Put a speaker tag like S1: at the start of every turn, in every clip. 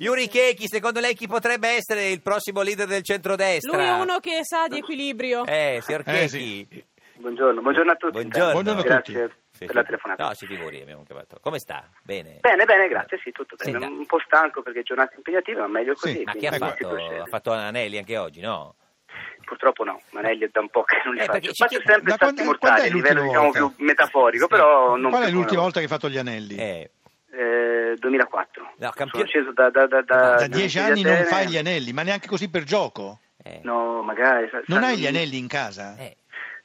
S1: Yuri Chechi, secondo lei chi potrebbe essere il prossimo leader del centrodestra?
S2: Lui è uno che sa di equilibrio.
S1: Eh, signor Chechi.
S3: Eh, sì.
S4: Buongiorno, buongiorno a tutti.
S1: Buongiorno. Buongiorno
S3: a
S4: Grazie
S3: tutti.
S1: Sì,
S4: per la
S1: sì.
S4: telefonata.
S1: No, si figuri, abbiamo chiamato. Come sta? Bene.
S4: Bene, bene, grazie, sì, tutto bene.
S1: Senta.
S4: un po' stanco perché giornate impegnative, ma meglio così.
S3: Sì,
S1: Ma
S4: quindi
S1: che ha
S4: si
S1: fatto?
S4: procede.
S1: Ha fatto Anelli anche oggi, no?
S4: Purtroppo no, Manelli è da un po' che non li
S1: Eh,
S4: faccio.
S1: perché ci
S4: Faccio
S1: chiede-
S4: sempre
S3: Ma
S4: salti
S3: quando-
S4: mortali,
S3: quando è
S4: a livello
S3: l'ultima
S4: diciamo
S3: volta?
S4: più metaforico,
S1: Sì.
S4: però non
S3: Eh, Qual è
S4: più
S3: l'ultima
S4: buono.
S3: volta che hai fatto gli anelli?
S1: Eh.
S4: Eh, 2004.
S1: No, campione-
S4: Sono sceso da... Da, da, da,
S3: da dieci anni non
S4: Atene.
S3: fai gli anelli, ma neanche così per gioco?
S1: eh.
S4: No, magari... sa-
S3: Non
S4: sa-
S3: hai gli anelli in casa?
S1: Eh.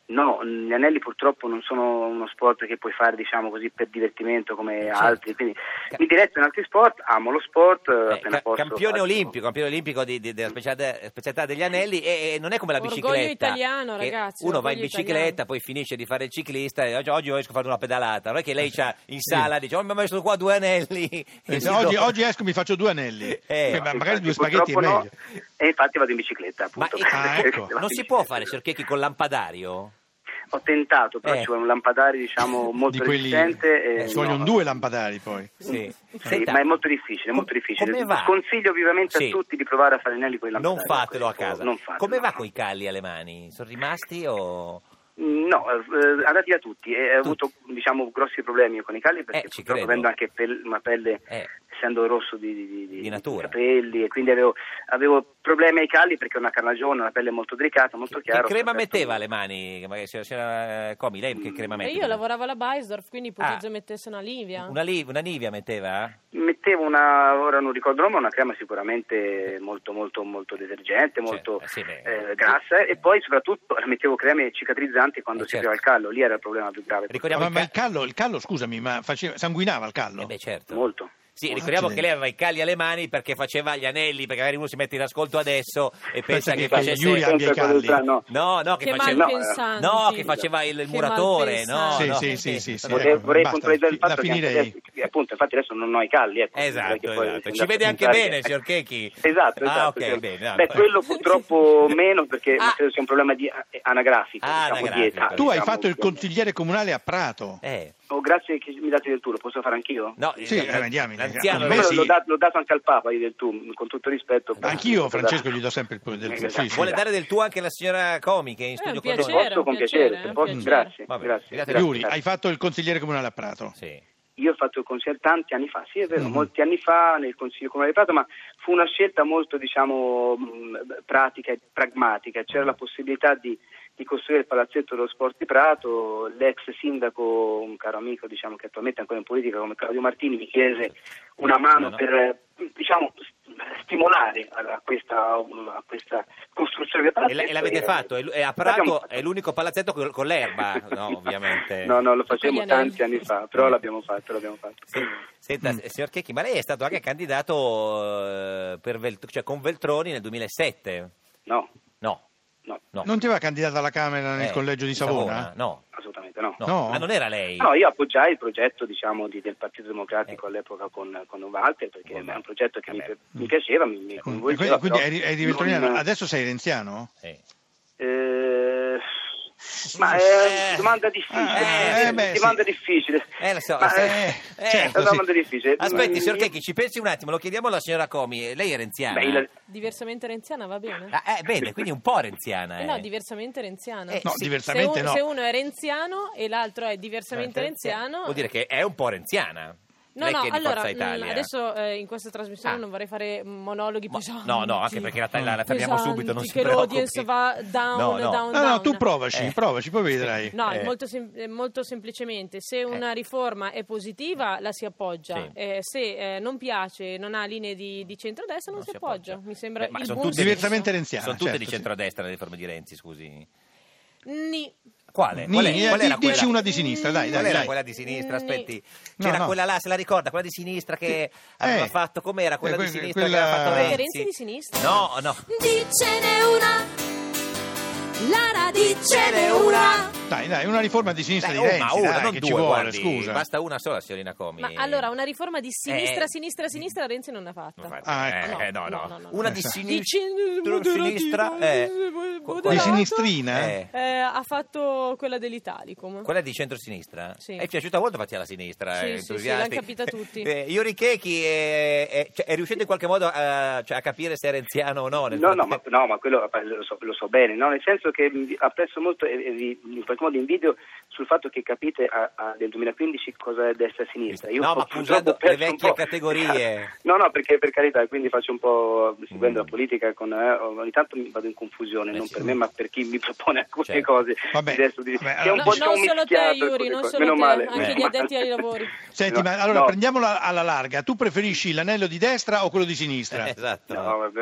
S4: No, gli anelli purtroppo non sono uno sport che puoi fare, diciamo così, per divertimento come
S1: Certo.
S4: altri. Quindi
S1: Ca-
S4: mi diretto in altri sport, amo lo sport, eh,
S1: Eh,
S4: appena
S1: ca-
S4: posso
S1: campione
S4: faccio-
S1: olimpico, campione olimpico di- di- della specialità, specialità degli anelli e, e non è come la
S2: Orgoglio
S1: bicicletta.
S2: italiano,
S1: che
S2: ragazzi,
S1: Uno va in
S2: orgoglio
S1: bicicletta,
S2: italiano.
S1: poi finisce di fare il ciclista e oggi, oggi esco a fare una pedalata. Non è che lei c'ha in sala dice "Oh, mi ha messo qua due anelli".
S3: Eh,
S1: e
S3: se
S1: si
S3: oggi,
S1: torna.
S3: oggi esco e mi faccio due anelli.
S1: Eh,
S3: Beh, ma magari due
S4: Infatti,
S3: spaghetti è
S4: purtroppo
S3: meglio.
S4: no. E infatti vado in bicicletta,
S1: Ma
S4: appunto.
S3: Ah,
S4: perché
S3: ecco.
S4: vado in
S1: non si
S4: bicicletta.
S1: può fare cerchiechi col lampadario?
S4: Ho tentato, però
S1: Eh.
S4: ci vuole un lampadario, diciamo, molto
S3: Di quelli
S4: resistente. e
S3: eh, ci vogliono
S4: no.
S3: due lampadari poi.
S1: Sì.
S4: Sì,
S1: Senta,
S4: ma è molto difficile,
S1: com-
S4: molto difficile.
S1: come va?
S4: Consiglio vivamente
S1: Sì.
S4: a tutti di provare a fare anelli con i
S1: Non
S4: lampadari.
S1: fatelo a casa.
S4: Non fatelo.
S1: Come va con i calli alle mani? Sono rimasti o...
S4: No, eh, andati da tutti. E ho
S1: Tutti.
S4: avuto, diciamo, grossi problemi con i calli perché
S1: Eh, ci
S4: purtroppo
S1: credo.
S4: avendo anche pel- una pelle,
S1: Eh.
S4: essendo rosso di, di- di-
S1: Di
S4: di
S1: natura.
S4: capelli, e quindi avevo, avevo problemi ai calli perché ho una carnagione, una pelle molto delicata, molto
S1: Che, che
S4: chiara.
S1: crema
S4: Ho scoperto-
S1: metteva alle mani? Che Magari c'era, c'era, eh, Comi, lei che crema
S2: E
S1: metteva?
S2: io lavoravo alla Beisdorf, quindi ipotizzo
S1: Ah.
S2: mettesse una Livia.
S1: Una, li- una Nivea metteva?
S4: Mettevo una, ora non ricordo l'uomo, una crema sicuramente molto molto molto detergente, molto
S1: eh, sì, beh.
S4: eh, grassa e poi soprattutto mettevo creme cicatrizzanti quando
S1: Eh,
S4: si
S1: certo.
S4: aveva il callo, lì era il problema più grave.
S1: Ricordiamo
S3: Ma,
S1: i
S3: ma
S1: ca-
S3: il callo, il callo, scusami, ma faceva, sanguinava il callo?
S1: Eh beh, certo.
S4: Molto.
S1: Sì,
S3: Oh,
S1: ricordiamo
S3: accidenti.
S1: che lei aveva i calli alle mani perché faceva gli anelli, perché magari uno si mette in ascolto adesso e pensa
S3: Pensa
S1: che
S3: che
S1: facesse...
S3: Yuri
S4: Sempre
S3: abbia i
S4: quello
S3: calli.
S4: tra- no.
S1: No, no, che,
S2: Che
S1: faceva...
S4: eh.
S2: malpensanti.
S1: No, che faceva il
S2: Che
S1: muratore, no,
S2: malpensanti.
S3: Sì,
S1: no.
S3: sì, sì, sì, sì,
S1: Vabbè.
S4: Vorrei,
S3: ecco,
S4: vorrei
S3: basta,
S4: puntualizzare il
S3: la
S4: fatto che anche
S3: finirei.
S4: adesso- che, appunto, infatti adesso non ho i calli, ecco.
S1: Esatto,
S4: perché poi
S1: esatto.
S4: si è
S1: Ci
S4: andato
S1: vede
S4: a
S1: anche
S4: puntare-
S1: bene, signor Chechi.
S4: Esatto,
S1: Ah,
S4: esatto.
S1: ok,
S4: sì.
S1: bene, no,
S4: Beh,
S1: poi-
S4: quello purtroppo meno perché
S1: Ah.
S4: credo sia un problema di anagrafico,
S1: Ah,
S4: diciamo, di
S1: anagrafico.
S4: età,
S3: Tu hai
S4: diciamo,
S3: fatto il
S4: insomma.
S3: consigliere comunale a Prato.
S1: Eh,
S4: Oh, grazie che mi date del tu, lo posso fare anch'io?
S1: no,
S3: Sì,
S1: eh,
S3: eh, diamine,
S1: l'anziano...
S3: con
S4: Quello
S3: me sì.
S4: L'ho, dato, l'ho dato anche al Papa io del tu, con tutto rispetto.
S3: Anch'io, Francesco,
S4: gli
S3: gli do sempre il pu- del tuo.
S4: Esatto.
S3: Sì, sì.
S1: Vuole dare del tuo anche alla signora Comi che è in
S2: Eh,
S1: studio
S2: un
S1: con noi?
S2: piacere.
S4: Posso con
S2: un
S4: piacere,
S2: piacere,
S4: se
S2: un
S4: posso?
S2: piacere.
S4: grazie,
S1: Va bene,
S4: grazie,
S1: grazie.
S4: grazie,
S3: Yuri,
S4: grazie.
S3: hai fatto il consigliere comunale a Prato.
S1: Sì.
S4: Io ho fatto il consiglio tanti anni fa, sì è
S1: Mhm.
S4: vero,
S3: Mm.
S4: molti anni fa nel Consiglio Comunale di Prato, ma fu una scelta molto diciamo mh, pratica e pragmatica, c'era la possibilità di, di costruire il palazzetto dello sport di Prato, l'ex sindaco, un caro amico diciamo che attualmente è ancora in politica come Claudio Martini mi chiese una mano
S1: No, no.
S4: per eh, diciamo s- stimolare a questa, a questa costruzione
S1: E,
S4: del palazzetto.
S1: la- e l'avete fatto? E lu- e a
S4: L'abbiamo
S1: Prato
S4: fatto.
S1: è l'unico palazzetto col- con l'erba, no, ovviamente. Mm.
S4: No, no, lo
S2: Tutti gli
S4: facevamo
S2: anelli.
S4: tanti anni fa, però l'abbiamo fatto, l'abbiamo fatto.
S1: Se- Senta,
S3: Mm.
S1: s- signor Checchi, ma lei è stato anche candidato eh, per Velt- cioè con Veltroni nel 2007?
S4: No,
S1: No,
S4: no,
S1: no.
S3: Non ti aveva candidato alla Camera nel
S1: Eh,
S3: collegio di Savona?
S1: No,
S4: assolutamente no.
S1: no.
S3: No?
S1: Ah, non era lei?
S4: No, io appoggiai il progetto diciamo, di- del Partito
S1: Eh.
S4: Democratico all'epoca con, con Walter perché
S1: Vabbè.
S4: era un progetto che mi,
S1: Vabbè.
S4: mi piaceva, mi,
S1: Eh,
S4: mi
S3: Mm.
S4: coinvolgeva.
S3: Quindi, quindi
S4: però
S3: eri, eri veltroniano.
S4: non-
S3: adesso sei renziano?
S1: Sì.
S4: eh, ma è
S1: Eh.
S4: una domanda difficile,
S1: Eh,
S4: eh,
S3: beh, sì.
S4: domanda difficile.
S1: Eh, lo so,
S4: Ma,
S1: se-
S4: eh,
S1: eh,
S4: è
S3: certo,
S4: una domanda
S3: sì.
S4: difficile.
S1: Aspetti,
S4: Mm,
S1: signor
S4: io-
S1: Checchi, ci pensi un attimo, lo chiediamo alla signora Comi. Eh, Lei è renziana?
S4: Beh, il-
S2: Diversamente renziana va bene?
S1: Ah, eh, bene, quindi un po' renziana.
S2: Eh
S1: eh.
S2: no, diversamente renziana.
S1: Eh,
S3: No,
S1: sì.
S2: se,
S3: diversamente
S2: un-
S3: no.
S2: se uno è renziano e l'altro è diversamente renziano...
S1: Eh, Vuol dire che è un po' renziana.
S2: No,
S1: lei
S2: no,
S1: che è di
S2: allora,
S1: Forza
S2: mh,
S1: Italia.
S2: adesso eh, in questa trasmissione
S1: Ah.
S2: non vorrei fare monologhi
S1: Ma-
S2: pesanti.
S1: no, no, anche perché la, la, la fermiamo
S2: Pesanti,
S1: subito, non si
S2: che l'audience
S1: preoccupi.
S2: va down,
S1: No, no.
S2: down,
S3: No, no,
S2: down.
S3: tu provaci,
S1: Eh.
S3: provaci, poi vedrai.
S2: No,
S1: Eh.
S2: molto, sem- eh, molto semplicemente, se una riforma è positiva la si appoggia,
S1: Sì.
S2: Eh, se eh, non piace, non ha linee di, di centrodestra non, si, appoggia. Mi sembra
S1: Beh, ma
S2: il
S1: sono
S2: buon
S1: tutte-
S2: senso.
S3: Diversamente renziana.
S1: Sono tutte
S3: certo,
S1: di
S3: sì.
S1: centrodestra le riforme di Renzi, scusi.
S2: Ni.
S1: Quale?
S3: Ni-
S1: Qual, è,
S3: eh,
S1: qual
S3: di-
S1: era quella?
S3: dici una di sinistra, dai,
S1: Qual
S3: dai.
S1: era
S3: dai.
S1: quella di sinistra? Aspetti,
S3: No,
S1: c'era
S3: no.
S1: quella là, se la ricorda, quella di sinistra che aveva
S3: Eh.
S1: fatto, com'era quella
S3: Eh,
S1: di
S3: que-
S1: sinistra che
S3: quella-
S1: aveva fatto
S2: Perché
S1: Renzi?
S2: Renzi di sinistra?
S1: No, no.
S5: Dicene una, Lara, dicene una.
S3: dai, dai, una riforma di sinistra
S1: Dai,
S3: di
S1: oh, ma
S3: Renzi,
S1: una,
S3: dai,
S1: non
S3: che
S1: due,
S3: ci vuole,
S1: guardi,
S3: scusa.
S1: Basta una sola, signorina Comi.
S2: Ma allora, una riforma di sinistra,
S1: Eh.
S2: sinistra, sinistra, Renzi non l'ha fatta.
S1: Non fa-
S3: Ah,
S1: eh,
S2: ecco.
S1: eh, no,
S2: No,
S1: no.
S2: no, no,
S1: Una
S3: no.
S1: di
S2: Di
S1: sinistra, eh.
S2: cin-
S1: sinistra eh.
S2: moderativa, moderato.
S3: Di
S1: Quella-
S3: sinistrina?
S1: Eh.
S2: Eh, ha fatto quella dell'Italicum.
S1: Quella di centrosinistra?
S2: Sì.
S1: È piaciuta molto fatti alla sinistra,
S2: Sì,
S1: eh,
S2: sì, sì,
S1: entusiasti.
S2: l'han capita tutti.
S1: Eh, Yuri Chechi è, è- cioè, è riuscito in qualche modo a, cioè, a capire se è renziano o no? nel
S4: No, no, ma,
S1: frattempo?
S4: no, ma quello eh, lo so, lo so bene, no? nel senso che vi apprezzo molto e e vi in qualche modo invidio sul fatto che capite a- a- nel 2015 cosa è destra e sinistra. Io
S1: No,
S4: ho
S1: ma
S4: purtroppo
S1: usando le
S4: perso un
S1: vecchie
S4: po'.
S1: categorie. Eh,
S4: no, no, perché per carità, quindi faccio un po' seguendo
S1: Mm.
S4: la politica, con, eh, ogni tanto mi vado in confusione,
S1: Eh
S4: non
S1: sì.
S4: per me ma per chi mi propone alcune
S1: Certo.
S4: cose
S3: Vabbè,
S4: di destra o di sinistra.
S3: vabbè,
S4: Che è un
S3: No,
S4: po'
S2: non
S4: diciamo,
S2: solo te,
S4: mischiato,
S2: Yuri,
S4: ecco,
S2: non solo
S4: meno
S2: te,
S4: male.
S2: anche
S1: gli
S2: addetti ai lavori.
S3: Senti,
S4: No,
S3: ma allora
S4: no.
S3: prendiamola alla larga. Tu preferisci l'anello di destra o quello di sinistra?
S1: Eh, esatto.
S4: No, vabbè,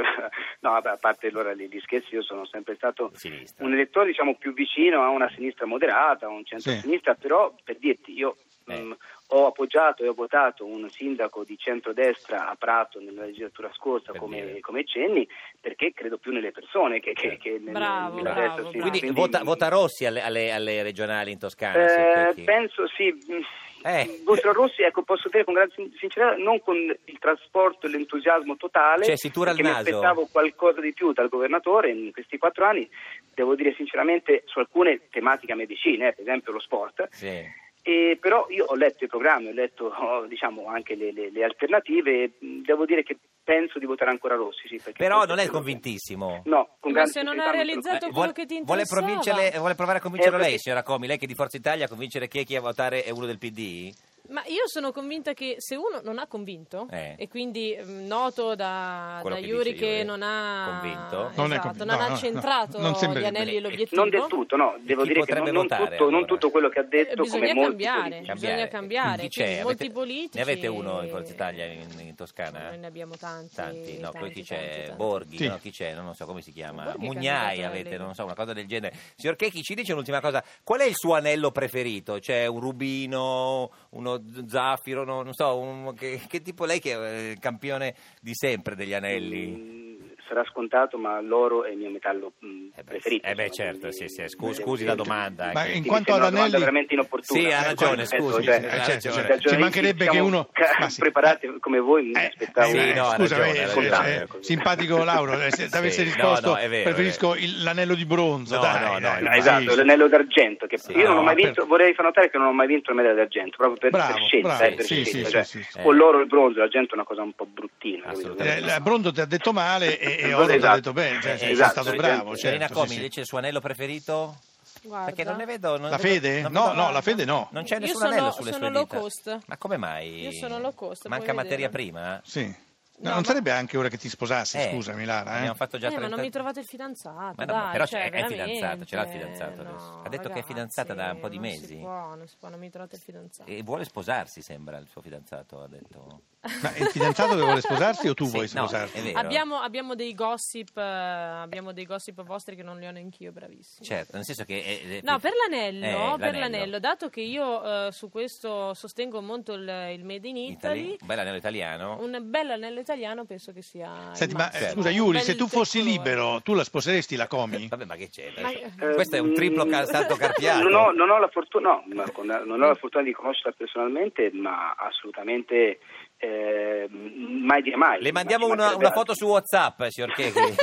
S4: no, vabbè, a parte allora gli gli scherzi, io sono sempre stato
S1: Sinistra.
S4: un elettore diciamo più vicino a una sinistra moderata, a un centro-sinistra, però per dirti io
S1: Eh.
S4: mh, ho appoggiato e ho votato un sindaco di centrodestra a Prato nella legislatura scorsa
S1: Per
S4: come,
S1: dire. Certo.
S4: come Cenni perché credo più nelle persone che, che, che nel-
S2: Bravo,
S4: nella
S2: bravo,
S4: destra, sì.
S2: bravo.
S1: Quindi
S2: Quindi-
S1: vota, vota Rossi alle, alle- alle regionali in Toscana. signor
S4: Eh,
S1: Checchi?
S4: penso sì. mh,
S1: Eh.
S4: Vostro Rossi, ecco, posso dire con grande sin- sincerità, non con il trasporto e l'entusiasmo totale,
S1: Cioè, si tura il
S4: perché mi
S1: naso.
S4: aspettavo qualcosa di più dal governatore in questi quattro anni, devo dire sinceramente su alcune tematiche a me vicine, eh, per esempio lo sport,
S1: Sì.
S4: e però io ho letto i programmi, ho letto oh, diciamo, anche le, le- le alternative, e, mh, devo dire che penso di votare ancora Rossi, sì, perché
S1: Però
S4: forse-
S1: non è convintissimo.
S4: No, con
S2: Ma
S4: grande
S2: se non
S4: sincerità
S2: ha
S4: te lo
S2: realizzato
S4: dico.
S1: Eh,
S2: quello che ti
S1: vuole,
S2: interessava.
S1: provincere- vuole provare a convincerlo
S4: Eh, perché-
S1: lei, signora Comi, lei che è di Forza Italia, a convincere Checchi a votare è uno del PD?
S2: Ma io sono convinta che se uno non ha convinto,
S1: Eh.
S2: e quindi mm, noto da,
S1: Quello
S2: da
S1: che
S2: Iuri
S1: dice
S2: che
S1: Iuri.
S2: non ha
S1: Convinto?
S3: Non è
S2: esatto,
S3: convinto,
S2: non
S3: no,
S2: ha
S3: no,
S2: centrato
S3: no, non
S2: gli
S3: sembrerebbe.
S2: anelli e l'obiettivo.
S4: Non del tutto, no, devo
S1: Chi
S4: dire che non,
S1: potrebbe
S4: non
S1: votare,
S4: tutto, non
S1: allora?
S4: tutto quello che ha
S2: Eh,
S4: detto come
S2: bisogna
S4: molti
S2: cambiare,
S4: politici.
S2: bisogna cambiare.
S1: Chi c'è?
S2: Quindi molti
S1: Avete-
S2: politici.
S1: Ne avete uno in Forza Italia in, in
S2: No,
S1: Toscana?
S2: Noi ne abbiamo tanti.
S1: Tanti, no, poi
S2: tanti,
S1: chi c'è?
S2: tanti, tanti.
S1: Borghi,
S3: Sì.
S1: no, chi c'è? Non, lo so come si chiama.
S2: Borghi è
S1: Mugnai
S2: candidato alla
S1: avete,
S2: Lega.
S1: non so, una cosa del genere. Signor Checchi ci dice un'ultima cosa, qual è il suo anello preferito? C'è un rubino, uno zaffiro, no, non so, un- che, che tipo lei che è eh, campione di sempre degli anelli?
S4: Mm, Sarà scontato, ma l'oro è il mio metallo mm,
S1: Eh beh,
S4: preferito.
S1: eh beh,
S4: insomma,
S1: certo,
S4: quindi-
S1: sì, sì, scu- scusi la domanda,
S3: Ma
S1: anche.
S3: in
S4: Sì,
S3: quanto
S4: mi
S3: ad
S4: sembra una domanda
S3: anelli...
S4: veramente inopportuna.
S1: Sì, ha
S4: Eh,
S1: ragione,
S4: nel senso,
S1: scusi,
S4: cioè,
S1: sì,
S4: da
S1: ha
S3: certo,
S1: ragione.
S3: certo.
S1: Da
S4: giornalisti,
S3: Ci mancherebbe
S4: diciamo,
S3: che uno...
S4: ca-
S3: Ma sì.
S4: preparati come voi, mi
S3: Eh,
S4: aspettavo.
S1: sì, no, ha
S3: scusa,
S1: ragione,
S3: eh,
S1: ha
S3: scusa,
S1: ragione.
S3: eh, simpatico Lauro, eh, se
S1: Sì,
S3: avesse
S1: no,
S3: risposto
S1: no, è vero,
S3: preferisco
S1: è
S3: il- l'anello di bronzo,
S1: No,
S3: dai,
S1: no, no,
S3: dai,
S1: no,
S4: Ah,
S3: sì,
S4: esatto,
S3: sì.
S4: l'anello d'argento. Che
S1: Sì. Ah,
S4: io non ho mai
S3: No,
S4: vinto,
S3: per-
S4: vorrei far notare che non ho mai vinto la medaglia d'argento, proprio per,
S3: Bravo,
S4: per scelta.
S3: bravo,
S4: eh, per
S1: sì,
S4: scelta,
S1: sì,
S4: cioè,
S3: sì, sì,
S1: sì.
S4: Con l'oro e il bronzo, l'argento è una cosa un po' bruttina.
S1: Assolutamente.
S3: Eh,
S4: capito?
S3: la- Bronzo ti ha detto male e, e
S4: Bronzo,
S3: Oro ti ha
S4: esatto.
S3: detto bene, cioè,
S1: Eh,
S3: sei
S1: esatto,
S3: stato
S4: sì,
S3: bravo.
S4: sì.
S1: Serena
S3: Certo,
S1: Comi
S3: sì, sì.
S1: invece il suo anello preferito?
S2: Guarda.
S1: Perché non ne vedo. non
S3: La
S1: vedo-
S3: fede?
S1: non
S3: No,
S1: vedo-
S3: no, la fede no.
S1: Non c'è
S2: Io
S1: nessun
S2: sono-
S1: anello sulle
S2: sono
S1: sue
S2: low
S1: dita.
S2: cost.
S1: Ma come mai?
S2: Io sono low cost,
S1: Manca
S2: puoi
S1: materia
S2: vedere.
S1: prima?
S3: Sì. No,
S2: No,
S3: non
S2: ma-
S3: sarebbe anche ora che ti sposassi,
S1: Eh,
S3: scusami Lara. eh?
S1: Abbiamo fatto già
S2: eh, ma
S1: 30
S2: non mi trovate il fidanzato.
S1: Ma no, ma
S2: dai,
S1: però
S2: cioè,
S1: c'è- è fidanzato, ce l'ha il
S2: veramente.
S1: fidanzato adesso.
S2: No,
S1: Ha detto che è fidanzata da un po' di
S2: ragazzi,
S1: mesi.
S2: Non si può, non si può, non mi trovate il fidanzato.
S1: E vuole sposarsi, sembra, il suo fidanzato, ha detto.
S3: Ma il fidanzato che vuole sposarsi o tu
S1: Sì,
S3: vuoi
S1: no,
S3: sposarti?
S1: è vero.
S2: Abbiamo, abbiamo dei gossip, eh, abbiamo dei gossip vostri che non li ho neanch'io, bravissimi.
S1: Certo, nel senso che... eh, eh,
S2: No, per l'anello,
S1: Eh,
S2: per l'anello, dato che io eh, su questo sostengo molto il, il Made in Italy,
S1: Italy, un bel anello italiano.
S2: un bel anello italiano penso che sia. il
S3: Senti, ma eh,
S2: massimo.
S1: Certo.
S3: scusa,
S2: Un
S3: Iuri,
S2: bel
S3: se tu fossi
S2: tricolore.
S3: libero, tu la sposeresti la Comi?
S1: Vabbè, ma che c'è?
S2: Ma-
S1: Adesso- Questo è un
S4: Eh,
S1: triplo
S4: mm,
S1: ca- salto carpiato.
S4: Non ho, non ho la fortuna, no, ma con- non ho la fortuna di conoscerla personalmente, ma assolutamente eh, mai dire mai.
S1: Le mandiamo
S4: Ma esatto. ci
S1: una,
S4: mancherebbe
S1: una foto
S4: altro.
S1: su WhatsApp, signor Checchi.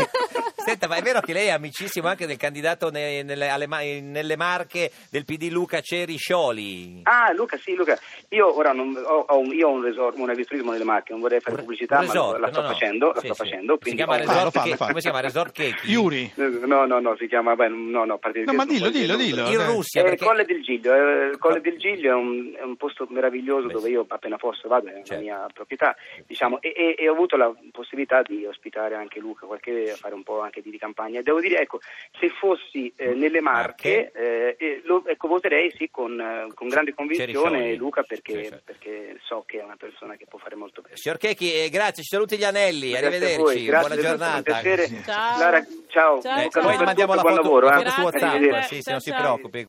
S1: Senta, ma è vero che lei è amicissimo anche del candidato ne- nelle, alle ma- nelle Marche del PD Luca Ceri Scioli?
S4: Ah, Luca, sì, Luca. Io ora non, ho, ho un, io ho un resort, un agriturismo nelle macchine, non vorrei fare
S1: Un-
S4: pubblicità,
S1: un
S4: ma
S1: resort,
S4: la sto
S1: no, no.
S4: facendo, la
S1: Sì,
S4: sto
S1: sì.
S4: facendo.
S1: Si
S4: quindi
S1: chiama
S4: ho-
S3: Fallo,
S1: Resort,
S3: fallo,
S1: Che-
S3: fallo.
S1: come si chiama? Resort Checchi?
S3: Iuri,
S4: No, no, no, si chiama, beh, no, no, a parte
S3: No, ma dillo, dillo, dillo.
S1: In Russia,
S4: Eh,
S1: perché...
S4: Colle del Giglio, eh, Colle del Giglio è un, è un posto meraviglioso
S1: Beh,
S4: dove
S1: sì.
S4: io appena posso vado, è
S1: Certo.
S4: la mia proprietà, diciamo, e, e- e ho avuto la possibilità di ospitare anche Luca, qualche, fare un po' anche di, di campagna. Devo dire, ecco, se fossi eh,
S1: Mm.
S4: nelle Marche, eh, eh, lo- ecco, voterei sì con, eh, con grande
S1: Scioli.
S4: convinzione Luca
S1: Sì,
S4: perché,
S1: certo.
S4: perché so che è una persona che può fare molto bene.
S1: Signor Checchi, eh, grazie, ci saluti gli anelli,
S4: Grazie a voi,
S1: arrivederci,
S4: grazie,
S1: buona
S4: è stato un
S1: giornata.
S4: piacere.
S3: Sì.
S2: Ciao.
S4: Lara, ciao.
S2: Ciao,
S1: Eh,
S4: Luca,
S2: ciao.
S1: poi
S4: soprattutto
S1: mandiamo la
S4: buon
S1: foto,
S4: lavoro. eh.
S1: la foto su
S2: Grazie,
S1: WhatsApp,
S2: Giuseppe.
S1: sì, se non si
S2: Ciao, ciao.
S1: preoccupi.